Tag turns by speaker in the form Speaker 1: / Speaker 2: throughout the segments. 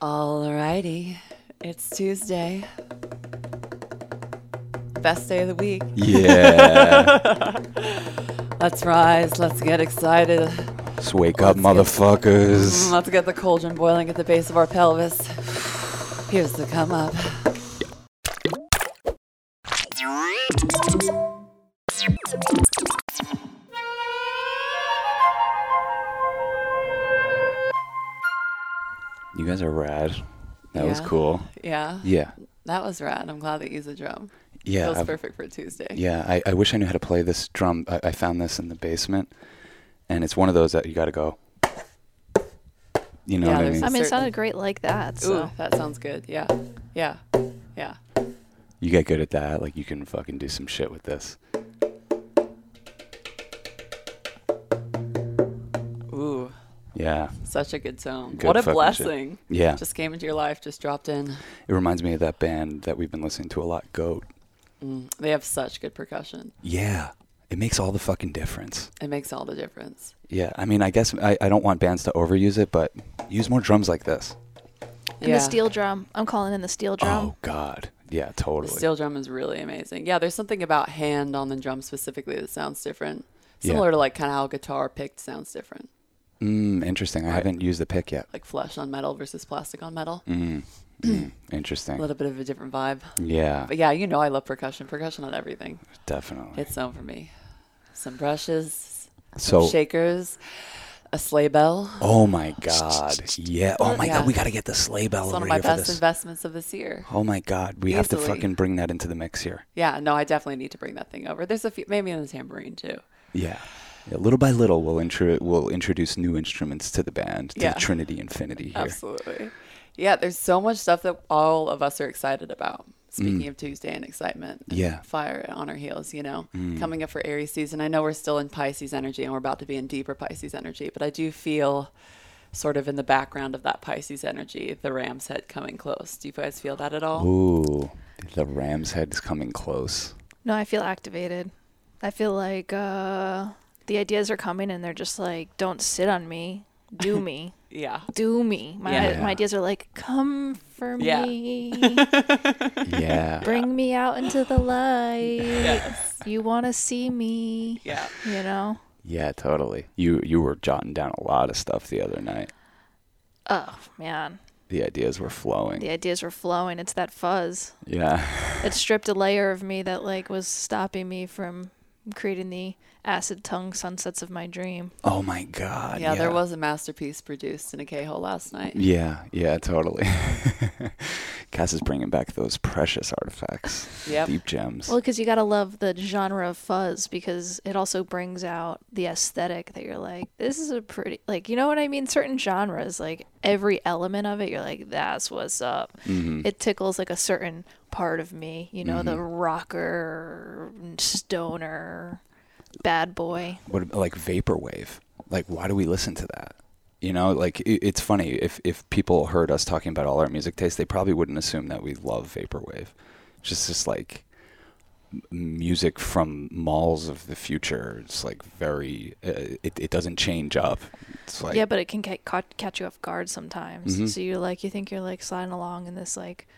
Speaker 1: Alrighty, it's Tuesday. Best day of the week.
Speaker 2: Yeah.
Speaker 1: Let's rise. Let's get excited. Mm,
Speaker 2: Just wake up, motherfuckers.
Speaker 1: Let's get the cauldron boiling at the base of our pelvis. Here's the come up.
Speaker 2: You guys are rad. That was
Speaker 1: Yeah.
Speaker 2: cool.
Speaker 1: Yeah,
Speaker 2: Yeah.
Speaker 1: that was rad. I'm glad that you used a drum.
Speaker 2: Yeah.
Speaker 1: Feels
Speaker 2: I've-
Speaker 1: perfect for Tuesday.
Speaker 2: yeah. I, I wish I knew how to play this drum. I, I found this in the basement, and it's one of those that you got to go. You know
Speaker 1: Yeah,
Speaker 2: what I
Speaker 1: there's
Speaker 2: mean?
Speaker 1: some-
Speaker 3: I mean, it
Speaker 1: Certain-
Speaker 3: sounded great like that. So
Speaker 1: Ooh, that sounds good. Yeah, yeah, yeah.
Speaker 2: you get good at that. Like you can fucking do some shit with this.
Speaker 1: Ooh,
Speaker 2: Yeah.
Speaker 1: such a good tone.
Speaker 2: Good
Speaker 1: what a
Speaker 2: fucking shit.
Speaker 1: blessing.
Speaker 2: Yeah.
Speaker 1: Just came into your life. Just dropped in.
Speaker 2: it reminds me of that band that we've been listening to a lot, Goat.
Speaker 1: Mm, they have such good percussion.
Speaker 2: Yeah. It makes all the fucking difference.
Speaker 1: It makes all the difference.
Speaker 2: Yeah. I mean, I guess I, I don't want bands to overuse it, but use more drums like this.
Speaker 3: and the steel drum. I'm calling in the steel drum.
Speaker 2: Oh God, yeah,
Speaker 1: The
Speaker 2: totally.
Speaker 1: steel drum is really amazing. Yeah, there's something about hand on the drum specifically that sounds different. Similar
Speaker 2: Yeah.
Speaker 1: to like kind of how guitar picked sounds different.
Speaker 2: mm, interesting. I haven't used the pick yet.
Speaker 1: Like flesh on metal versus plastic on metal.
Speaker 2: Mm, mm,
Speaker 1: A
Speaker 2: interesting.
Speaker 1: little bit of a different vibe.
Speaker 2: yeah,
Speaker 1: But yeah, you know I love percussion. Percussion on everything.
Speaker 2: definitely.
Speaker 1: It's on for me. Some brushes, some
Speaker 2: So,
Speaker 1: shakers, a sleigh bell.
Speaker 2: oh my God, yeah. Oh my
Speaker 1: Yeah.
Speaker 2: God, we got to get the sleigh bell
Speaker 1: It's one
Speaker 2: over
Speaker 1: of my
Speaker 2: here for
Speaker 1: best
Speaker 2: this.
Speaker 1: investments of this year.
Speaker 2: Oh my God, we have to
Speaker 1: Easily.
Speaker 2: fucking bring that into the mix here.
Speaker 1: Yeah, no, I definitely need to bring that thing over. There's a few, maybe in the tambourine too.
Speaker 2: Yeah. Yeah, little by little, we'll intro- we'll introduce new instruments to the band, to
Speaker 1: Yeah.
Speaker 2: the Trinity Infinity here.
Speaker 1: Absolutely. Yeah, there's so much stuff that all of us are excited about. Speaking of Tuesday and excitement, and
Speaker 2: Mm. Yeah. Mm.
Speaker 1: fire on our heels, you know, coming up for Aries season. I know we're still in Pisces energy and we're about to be in deeper Pisces energy, but I do feel sort of in the background of that Pisces energy, the ram's head coming close. Do you guys feel that at all?
Speaker 2: Ooh, the ram's head is coming close.
Speaker 3: No, I feel activated. I feel like uh, the ideas are coming, and they're just like, "Don't sit on me, do me,
Speaker 1: Yeah.
Speaker 3: do me." My
Speaker 1: Yeah.
Speaker 3: my ideas are like, "Come for
Speaker 1: Yeah.
Speaker 3: me,
Speaker 2: Yeah.
Speaker 3: bring me out into the light.
Speaker 1: Yes.
Speaker 3: You want to see me,
Speaker 1: Yeah.
Speaker 3: you know?"
Speaker 2: yeah, totally. You you were jotting down a lot of stuff the other night.
Speaker 3: Oh man,
Speaker 2: The ideas were flowing.
Speaker 3: the ideas were flowing. It's that fuzz.
Speaker 2: Yeah.
Speaker 3: it stripped a layer of me that like was stopping me from creating the acid tongue sunsets of my dream.
Speaker 2: Oh my god.
Speaker 1: Yeah, there was a masterpiece produced in a K hole last night.
Speaker 2: Yeah, yeah, totally. Cass is bringing back those precious artifacts,
Speaker 1: Yep.
Speaker 2: deep gems.
Speaker 3: Well, because you gotta love the genre of fuzz because it also brings out the aesthetic that you're like, this is a pretty like you know what I mean. Certain genres, like every element of it, you're like, that's what's up. It tickles like a certain part of me, you know, the rocker, stoner, bad boy.
Speaker 2: what ab- like vaporwave? Like, why do we listen to that? You know, like i it's funny if if people heard us talking about all our music tastes, they probably wouldn't assume that we love vaporwave. It's just just like m- music from malls of the future. It's like very. Uh, it it doesn't change up. It's like
Speaker 3: yeah, but it can ca- caught, catch you off guard sometimes.
Speaker 2: Mhm.
Speaker 3: So you're like, you think you're like sliding along in this like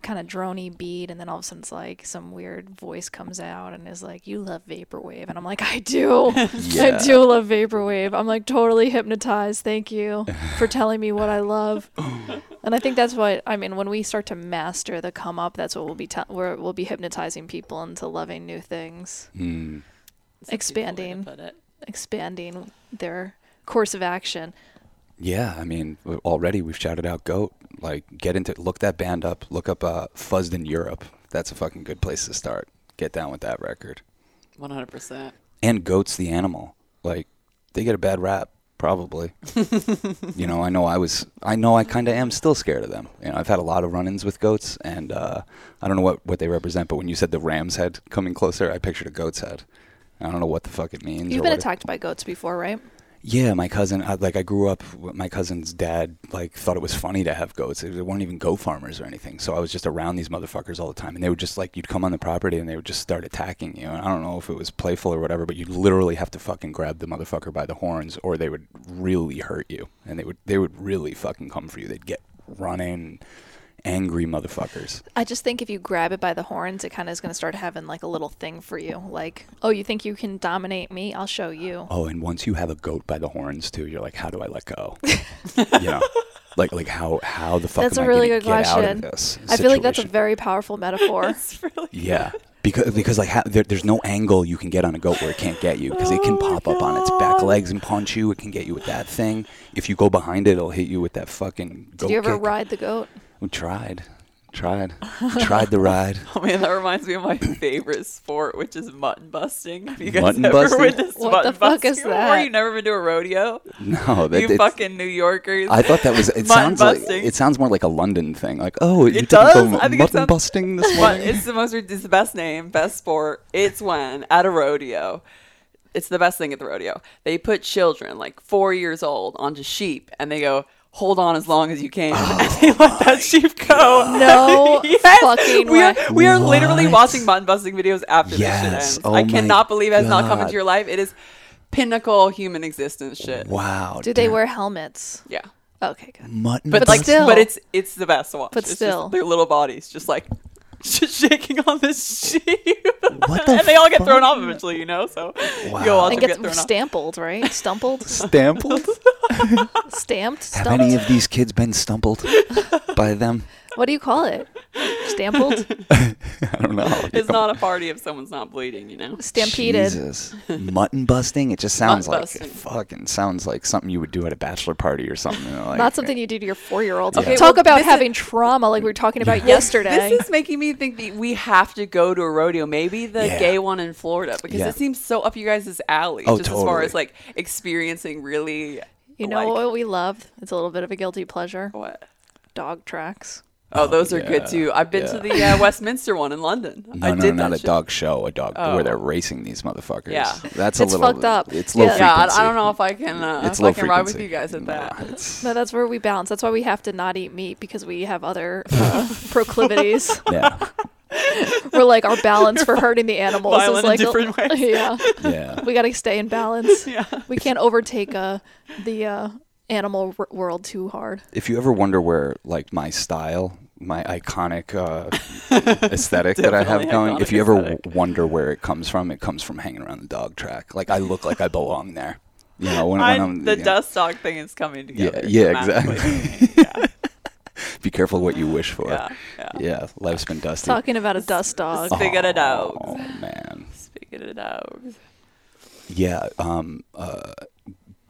Speaker 3: kind of drony beat, and then all of a sudden it's like some weird voice comes out and is like, "You love vaporwave," and I'm like, "I do,
Speaker 2: Yeah.
Speaker 3: I do love vaporwave." I'm like totally hypnotized. Thank you for telling me what I love. And I think that's what I mean when we start to master the come up. That's what we'll be tell where we'll be hypnotizing people into loving new things,
Speaker 2: mm,
Speaker 1: It's a beautiful way to
Speaker 3: Expanding.
Speaker 1: put it.
Speaker 3: expanding their course of action.
Speaker 2: Yeah, I mean, w- already we've shouted out Goat. Like, get into look that band up. Look up uh, Fuzzed in Europe. That's a fucking good place to start. Get down with that record.
Speaker 1: 100%.
Speaker 2: And Goat's the animal. Like, they get a bad rap probably. you know, I know I was. I know I kind of am still scared of them. You know, I've had a lot of run-ins with goats, and uh, I don't know what what they represent. But when you said the ram's head coming closer, I pictured a goat's head. I don't know what the fuck it means.
Speaker 3: You've
Speaker 2: or
Speaker 3: been
Speaker 2: what it-
Speaker 3: attacked by goats before, right?
Speaker 2: Yeah, my cousin. I, like I grew up. My cousin's dad like thought it was funny to have goats. They weren't even goat farmers or anything. So I was just around these motherfuckers all the time, and they would just like you'd come on the property and they would just start attacking you. And I don't know if it was playful or whatever, but you'd literally have to fucking grab the motherfucker by the horns, or they would really hurt you, and they would they would really fucking come for you. They'd get running, angry motherfuckers.
Speaker 3: I just think if you grab it by the horns, it kind of is going to start having like a little thing for you. Like, oh, you think you can dominate me? I'll show you.
Speaker 2: Oh, and once you have a goat by the horns too, you're like, how do I let go? you know, like like how how the fuck
Speaker 3: That's
Speaker 2: am
Speaker 3: a
Speaker 2: I
Speaker 3: really
Speaker 2: gonna
Speaker 3: good
Speaker 2: get
Speaker 3: question.
Speaker 2: out of this?
Speaker 3: I feel like that's a
Speaker 2: situation?
Speaker 3: very powerful metaphor.
Speaker 2: yeah. Because, because like ha- there, there's no angle you can get on a goat where it can't get you because it
Speaker 3: Oh
Speaker 2: can pop up on its back legs and punch you. It can get you with that thing. If you go behind it, it'll hit you with that fucking goat
Speaker 3: Did you ever
Speaker 2: kick.
Speaker 3: ride the goat?
Speaker 2: We tried, tried, tried the ride.
Speaker 1: Oh man, that reminds me of my favorite sport, which is mutton busting. Have you guys
Speaker 2: Mutton
Speaker 1: ever
Speaker 2: busting?
Speaker 1: witnessed
Speaker 3: What
Speaker 1: mutton
Speaker 3: the fuck
Speaker 1: busting
Speaker 3: is
Speaker 1: before?
Speaker 3: that?
Speaker 1: You never been to a rodeo?
Speaker 2: No, that,
Speaker 1: you
Speaker 2: it's-
Speaker 1: fucking New Yorkers.
Speaker 2: I thought that was.
Speaker 1: Mutton
Speaker 2: It sounds like
Speaker 1: busting.
Speaker 2: it sounds more like a London thing. Like, oh, you
Speaker 1: It
Speaker 2: did some
Speaker 1: does? I think it
Speaker 2: mutton
Speaker 1: sounds-
Speaker 2: busting this
Speaker 1: But
Speaker 2: morning.
Speaker 1: it's the most it's the best name, best sport. It's when at a rodeo. It's the best thing at the rodeo. They put children like four years old onto sheep and they go, Hold on as long as you can
Speaker 2: Oh
Speaker 1: and they let that sheep go.
Speaker 3: No
Speaker 1: Yes!
Speaker 3: fucking
Speaker 1: we are
Speaker 3: way.
Speaker 1: we are literally
Speaker 2: What?
Speaker 1: watching mutton busting videos after this shit
Speaker 2: Yes.
Speaker 1: ends.
Speaker 2: Oh
Speaker 1: I
Speaker 2: my
Speaker 1: cannot believe it has not come
Speaker 2: God.
Speaker 1: into your life. It is pinnacle human existence shit.
Speaker 2: wow.
Speaker 3: Do they
Speaker 2: dude.
Speaker 3: wear helmets?
Speaker 1: Yeah.
Speaker 3: Okay, good.
Speaker 2: mutton?
Speaker 1: But,
Speaker 3: But
Speaker 1: like
Speaker 3: still-
Speaker 1: but it's it's the best to watch.
Speaker 3: But
Speaker 1: It's just
Speaker 3: still.
Speaker 1: their little bodies just like just shaking on this sheep.
Speaker 2: what
Speaker 1: and they all get thrown off eventually, you know. So you
Speaker 2: Wow.
Speaker 1: all
Speaker 3: And
Speaker 1: get thrown
Speaker 3: gets
Speaker 1: off.
Speaker 3: stampled, right? Stumpled,
Speaker 2: Stampled?
Speaker 3: stamped,
Speaker 2: Have any
Speaker 3: stumped.
Speaker 2: of these kids been stumbled by them?
Speaker 3: What do you call it? Stampled,
Speaker 2: I don't know.
Speaker 1: It's not a party if someone's not bleeding, you know.
Speaker 3: stampeded.
Speaker 2: Jesus. Mutton busting? It just sounds like
Speaker 1: busting.
Speaker 2: fucking sounds like something you would do at a bachelor party or something. you know, like-
Speaker 3: Not something you do to your four-year-olds.
Speaker 1: Okay,
Speaker 3: Talk
Speaker 1: well,
Speaker 3: about
Speaker 1: this is-
Speaker 3: having trauma, like we were talking about yesterday.
Speaker 1: This is making me think that we have to go to a rodeo, maybe the
Speaker 2: Yeah.
Speaker 1: gay one in Florida, because
Speaker 2: Yeah.
Speaker 1: it seems so up you guys' alley,
Speaker 2: Oh,
Speaker 1: just as far
Speaker 2: totally.
Speaker 1: as like experiencing really.
Speaker 3: you know
Speaker 1: like,
Speaker 3: what we love? It's a little bit of a guilty pleasure.
Speaker 1: What?
Speaker 3: Dog tracks.
Speaker 1: Oh, those are good
Speaker 2: yeah,
Speaker 1: too. I've been to the uh, Westminster one in London.
Speaker 2: No,
Speaker 1: I
Speaker 2: no,
Speaker 1: did
Speaker 2: not
Speaker 1: that
Speaker 2: a
Speaker 1: shit.
Speaker 2: dog show, a dog
Speaker 1: Oh.
Speaker 2: where they're racing these motherfuckers.
Speaker 1: Yeah.
Speaker 2: That's a
Speaker 3: It's
Speaker 2: little
Speaker 3: fucked up.
Speaker 2: It's low
Speaker 3: Yeah.
Speaker 1: Yeah, I,
Speaker 2: frequency.
Speaker 1: I don't know if I can. Uh,
Speaker 2: it's
Speaker 1: if
Speaker 2: low
Speaker 1: I can
Speaker 2: frequency.
Speaker 1: ride with you guys at
Speaker 2: No,
Speaker 1: that.
Speaker 2: it's-
Speaker 3: No, that's where we balance. That's why we have to not eat meat because we have other uh, proclivities.
Speaker 2: yeah.
Speaker 3: We're like our balance for hurting the animals is
Speaker 1: Violent in
Speaker 3: like
Speaker 1: different ways.
Speaker 3: yeah.
Speaker 2: Yeah.
Speaker 3: We got to stay in balance.
Speaker 1: Yeah.
Speaker 3: We can't overtake uh, the uh, animal w- world too hard.
Speaker 2: if you ever wonder where like my style my iconic uh, aesthetic that i have
Speaker 1: Definitely
Speaker 2: going if you ever
Speaker 1: iconic
Speaker 2: w- wonder where it comes from it comes from hanging around the dog track like i look like i belong there you know when,
Speaker 1: I,
Speaker 2: when i'm
Speaker 1: the
Speaker 2: you know,
Speaker 1: dust dog thing is coming together.
Speaker 2: yeah,
Speaker 1: dramatically.
Speaker 2: be careful what you wish for
Speaker 1: Yeah, yeah.
Speaker 2: Yeah, life's been dusty
Speaker 3: Talking about a dust dog.
Speaker 1: Speaking of dogs.
Speaker 2: oh man
Speaker 1: Speaking of dogs.
Speaker 2: yeah um uh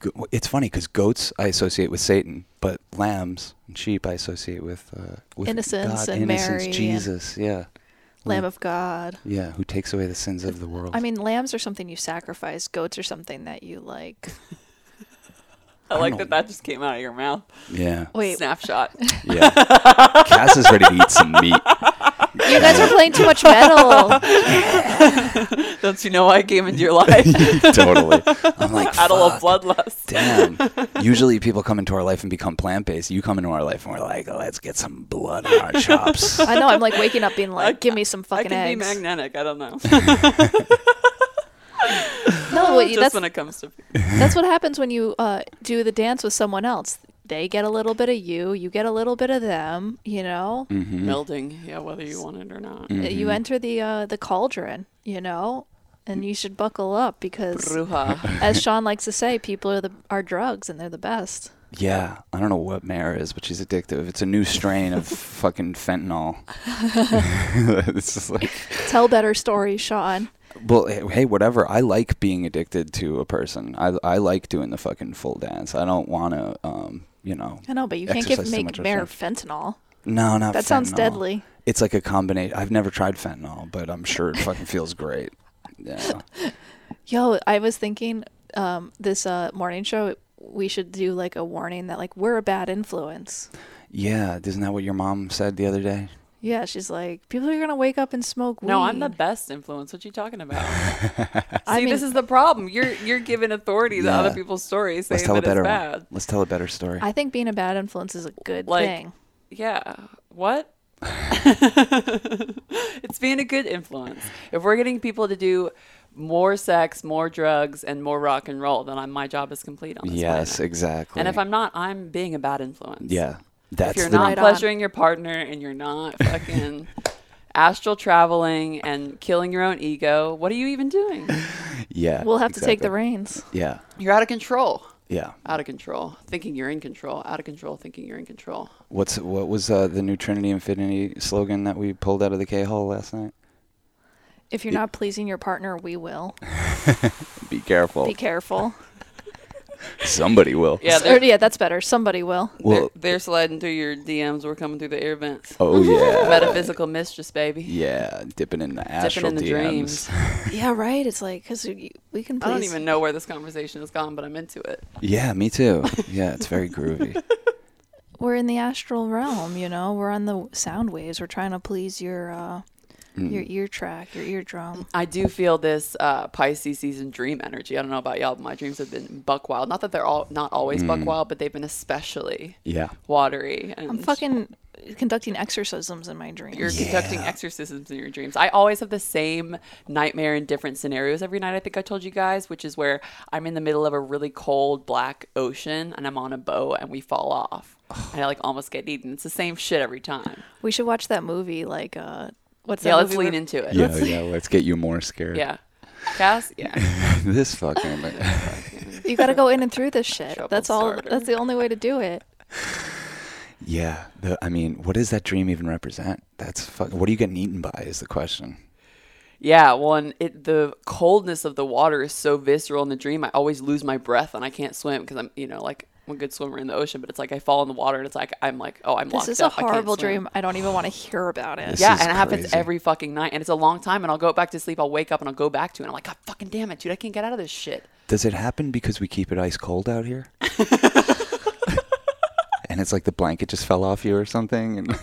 Speaker 2: g- it's funny because goats I associate with Satan, but lambs and sheep I associate with uh, with
Speaker 3: Innocence
Speaker 2: God,
Speaker 3: and
Speaker 2: innocence,
Speaker 3: Mary and-
Speaker 2: Jesus, yeah.
Speaker 3: Lamb of God.
Speaker 2: Yeah, who takes away the sins of the world.
Speaker 3: I mean, lambs are something you sacrifice. Goats are something that you like.
Speaker 1: I
Speaker 2: I
Speaker 1: like
Speaker 2: don't-
Speaker 1: that that just came out of your mouth.
Speaker 2: yeah,
Speaker 3: Wait,
Speaker 1: Snapshot.
Speaker 2: yeah. Cass is ready to eat some meat.
Speaker 3: you guys are playing too much metal.
Speaker 1: Don't you know why I came into your life?
Speaker 2: totally. I'm like,
Speaker 1: Out of
Speaker 2: fuck,
Speaker 1: bloodlust.
Speaker 2: damn. Usually people come into our life and become plant-based. You come into our life and we're like, let's get some blood on our chops.
Speaker 3: I know. I'm like waking up being like, give me some
Speaker 1: I
Speaker 3: fucking
Speaker 1: can be
Speaker 3: eggs.
Speaker 1: magnetic. I don't know.
Speaker 3: no, wait,
Speaker 1: Just
Speaker 3: that's
Speaker 1: when it comes to
Speaker 3: That's what happens when you uh, do the dance with someone else. They get a little bit of you, you get a little bit of them. You know,
Speaker 2: Mm-hmm,
Speaker 1: melding. Yeah, whether you want it or not.
Speaker 3: you enter the uh, the cauldron. You know, and you should buckle up because,
Speaker 1: Bruja.
Speaker 3: as Sean likes to say, people are the are drugs and they're the best.
Speaker 2: Yeah, I don't know what Mare is, but she's addictive. It's a new strain of fucking fentanyl. it's just like,
Speaker 3: Tell better stories, Sean.
Speaker 2: well, hey, whatever. I like being addicted to a person. I, I like doing the fucking full dance. I don't want to, um, you know,
Speaker 3: I know, but you can't give
Speaker 2: Exercise too
Speaker 3: make
Speaker 2: much or
Speaker 3: mare fentanyl.
Speaker 2: No, not
Speaker 3: That sounds
Speaker 2: fentanyl.
Speaker 3: deadly.
Speaker 2: It's like a combination. I've never tried fentanyl, but I'm sure it fucking feels great. Yeah.
Speaker 3: Yo, I was thinking um, this uh, morning show we should do like a warning that like we're a bad influence.
Speaker 2: Yeah, isn't that what your mom said the other day?
Speaker 3: Yeah, she's like, people are gonna wake up and smoke weed.
Speaker 1: No, I'm the best influence. What you talking about?
Speaker 3: I
Speaker 1: See, this
Speaker 3: mean-
Speaker 1: is the problem. You're you're giving authority to
Speaker 2: Yeah.
Speaker 1: other people's stories, saying
Speaker 2: Let's tell a
Speaker 1: that it's
Speaker 2: better
Speaker 1: bad.
Speaker 2: one. Let's tell a better story.
Speaker 3: I think being a bad influence is a good
Speaker 1: Like-
Speaker 3: thing.
Speaker 1: Yeah. What? it's being a good influence. If we're getting people to do more sex, more drugs, and more rock and roll, then I'm, my job is complete on this
Speaker 2: yes,
Speaker 1: planet.
Speaker 2: exactly.
Speaker 1: And if I'm not, I'm being a bad influence.
Speaker 2: yeah,
Speaker 1: if
Speaker 2: That's
Speaker 1: you're
Speaker 2: the
Speaker 1: not
Speaker 3: Right on.
Speaker 1: pleasuring your partner and you're not fucking astral traveling and killing your own ego, what are you even doing?
Speaker 2: yeah.
Speaker 3: We'll have to take the
Speaker 2: exactly.
Speaker 3: reins.
Speaker 2: Yeah.
Speaker 1: You're out of control.
Speaker 2: Yeah.
Speaker 1: Out of control. Thinking you're in control. Out of control. Thinking you're in control.
Speaker 2: What's what was uh, the new Trinity Infinity slogan that we pulled out of the K hole last night?
Speaker 3: If you're not pleasing your partner, we will.
Speaker 2: Be careful.
Speaker 3: Be careful.
Speaker 2: Somebody will.
Speaker 1: Yeah,
Speaker 3: Or,
Speaker 1: they're,
Speaker 3: yeah, that's better. Somebody will.
Speaker 2: Well.
Speaker 1: they're, they're sliding through your DMs. We're coming through the air vents.
Speaker 2: Oh yeah.
Speaker 1: Metaphysical mistress, baby.
Speaker 2: yeah. Dipping in the astral
Speaker 1: in the
Speaker 2: DMs.
Speaker 1: dreams.
Speaker 3: Yeah, right. It's like because we we can. Please.
Speaker 1: I don't even know where this conversation has gone, but I'm into it.
Speaker 2: Yeah, me too. Yeah, it's very groovy.
Speaker 3: We're in the astral realm, you know. We're on the sound waves. We're trying to please your uh, your ear track, your eardrum.
Speaker 1: I do feel this uh, Pisces season dream energy. I don't know about y'all, but my dreams have been buck wild. Not that they're all not always buck wild, but they've been especially
Speaker 2: Mm. Yeah.
Speaker 1: watery. And
Speaker 3: I'm fucking conducting exorcisms in my dreams.
Speaker 1: You're conducting exorcisms in your dreams. I always have the same nightmare in different scenarios every night. I think I told you guys, which is where I'm in the middle of a really cold black ocean and I'm on a boat and we fall off. And I like almost get eaten. It's the same shit every time.
Speaker 3: we should watch that movie. Like, uh, what's
Speaker 1: Yeah,
Speaker 3: that
Speaker 1: let's
Speaker 3: movie
Speaker 1: lean
Speaker 3: where-
Speaker 1: into it.
Speaker 2: Yeah, yeah. Let's get you more scared.
Speaker 1: Yeah. Cass? Yeah.
Speaker 2: this fucking.
Speaker 3: You got to go in and through this shit.
Speaker 1: Trouble
Speaker 3: That's all.
Speaker 1: starter.
Speaker 3: That's the only way to do it.
Speaker 2: yeah. The, I mean, what does that dream even represent? That's fucking. What are you getting eaten by? Is the question.
Speaker 1: Yeah, well, and it, the coldness of the water is so visceral in the dream. I always lose my breath and I can't swim because I'm, you know, like I'm a good swimmer in the ocean, but it's like I fall in the water and it's like I'm like, oh, I'm locked
Speaker 3: This is a
Speaker 1: up. I can't
Speaker 3: horrible
Speaker 1: swim.
Speaker 3: dream. I don't even want to hear about it.
Speaker 2: This
Speaker 1: yeah,
Speaker 2: is
Speaker 1: and it happens
Speaker 2: crazy.
Speaker 1: every fucking night, and it's a long time. And I'll go back to sleep. I'll wake up and I'll go back to it. And I'm like, God, fucking damn it, dude! I can't get out of this shit.
Speaker 2: Does it happen because we keep it ice cold out here? and it's like the blanket just fell off you or something. And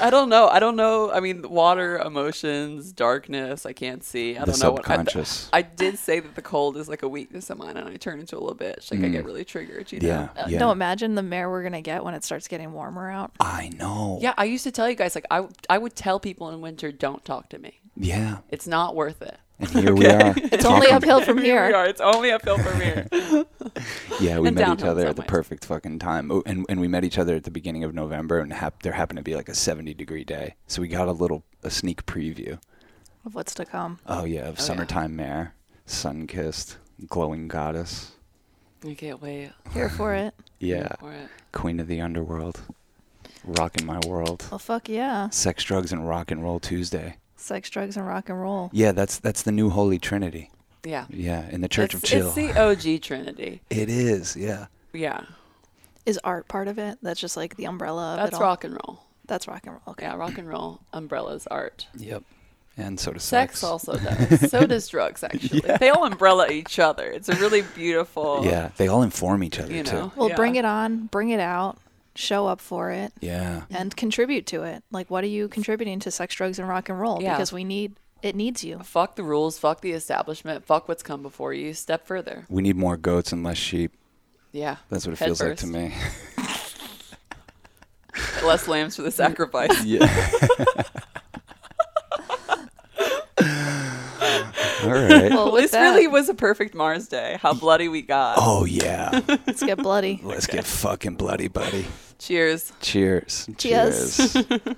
Speaker 1: I don't know. I don't know. I mean, water, emotions, darkness. I can't see. I
Speaker 2: The
Speaker 1: don't know. what- I-
Speaker 2: subconscious.
Speaker 1: I, did say that the cold is like a weakness of mine, and I turn into a little bitch. Like I get really triggered. You know?
Speaker 2: Mm. yeah,
Speaker 3: Uh,
Speaker 2: yeah.
Speaker 3: No, imagine the mare we're gonna get when it starts getting warmer out.
Speaker 2: I know.
Speaker 1: Yeah, I used to tell you guys like I I would tell people in winter, don't talk to me.
Speaker 2: Yeah.
Speaker 1: It's not worth it.
Speaker 2: And here we are.
Speaker 3: It's only
Speaker 2: talking-
Speaker 3: uphill from here.
Speaker 1: we are. It's only uphill from here.
Speaker 2: Yeah, we
Speaker 1: and
Speaker 2: met each
Speaker 1: downhill in
Speaker 2: other
Speaker 1: some
Speaker 2: at the
Speaker 1: ways.
Speaker 2: perfect fucking time, oh, and and we met each other at the beginning of November, and hap- there happened to be like a seventy degree day, so we got a little a sneak preview.
Speaker 3: Of what's to come.
Speaker 2: Oh yeah, of summertime mare, sun kissed, glowing goddess.
Speaker 1: I can't wait.
Speaker 3: Here for it.
Speaker 2: Yeah,
Speaker 1: For it.
Speaker 2: queen of the underworld, rocking my world.
Speaker 1: Oh.
Speaker 3: Well, fuck yeah.
Speaker 2: Sex, drugs, and rock and roll Tuesday.
Speaker 3: Sex, drugs, and rock and roll.
Speaker 2: Yeah, that's that's the new holy trinity.
Speaker 1: Yeah.
Speaker 2: Yeah, in the Church of
Speaker 1: It's-
Speaker 2: Chill.
Speaker 1: It's the OG Trinity.
Speaker 2: it is. Yeah.
Speaker 1: Yeah.
Speaker 3: Is art part of it? That's just like the umbrella. Of it
Speaker 1: That's
Speaker 3: all.
Speaker 1: rock and roll.
Speaker 3: That's rock and roll. Okay.
Speaker 1: Yeah, rock and roll, umbrellas, art.
Speaker 2: Yep. And so does
Speaker 1: Sex
Speaker 2: sex.
Speaker 1: also does. so does drugs, actually. They all umbrella each other. It's a really beautiful.
Speaker 2: Yeah, they all inform each other
Speaker 1: You
Speaker 2: too.
Speaker 1: know.
Speaker 3: Well, bring
Speaker 1: Yeah.
Speaker 3: it on. Bring it out. Show up for it.
Speaker 2: Yeah.
Speaker 1: Mm-hmm.
Speaker 3: And contribute to it. Like, what are you contributing to sex, drugs, and rock and roll?
Speaker 1: Yeah.
Speaker 3: Because we need it needs you.
Speaker 1: Fuck the rules. Fuck the establishment. Fuck what's come before you. Step further.
Speaker 2: We need more goats and less sheep.
Speaker 1: Yeah.
Speaker 2: That's what it
Speaker 1: Head
Speaker 2: feels
Speaker 1: first.
Speaker 2: like to me.
Speaker 1: Less lambs for the sacrifice.
Speaker 2: Yeah. All right.
Speaker 3: Well, with
Speaker 1: this
Speaker 3: that,
Speaker 1: really was a perfect Mars day. How bloody we got.
Speaker 2: Oh yeah.
Speaker 3: let's get bloody.
Speaker 2: Let's get fucking bloody, buddy.
Speaker 1: Cheers.
Speaker 2: Cheers.
Speaker 3: Cheers.
Speaker 2: Cheers.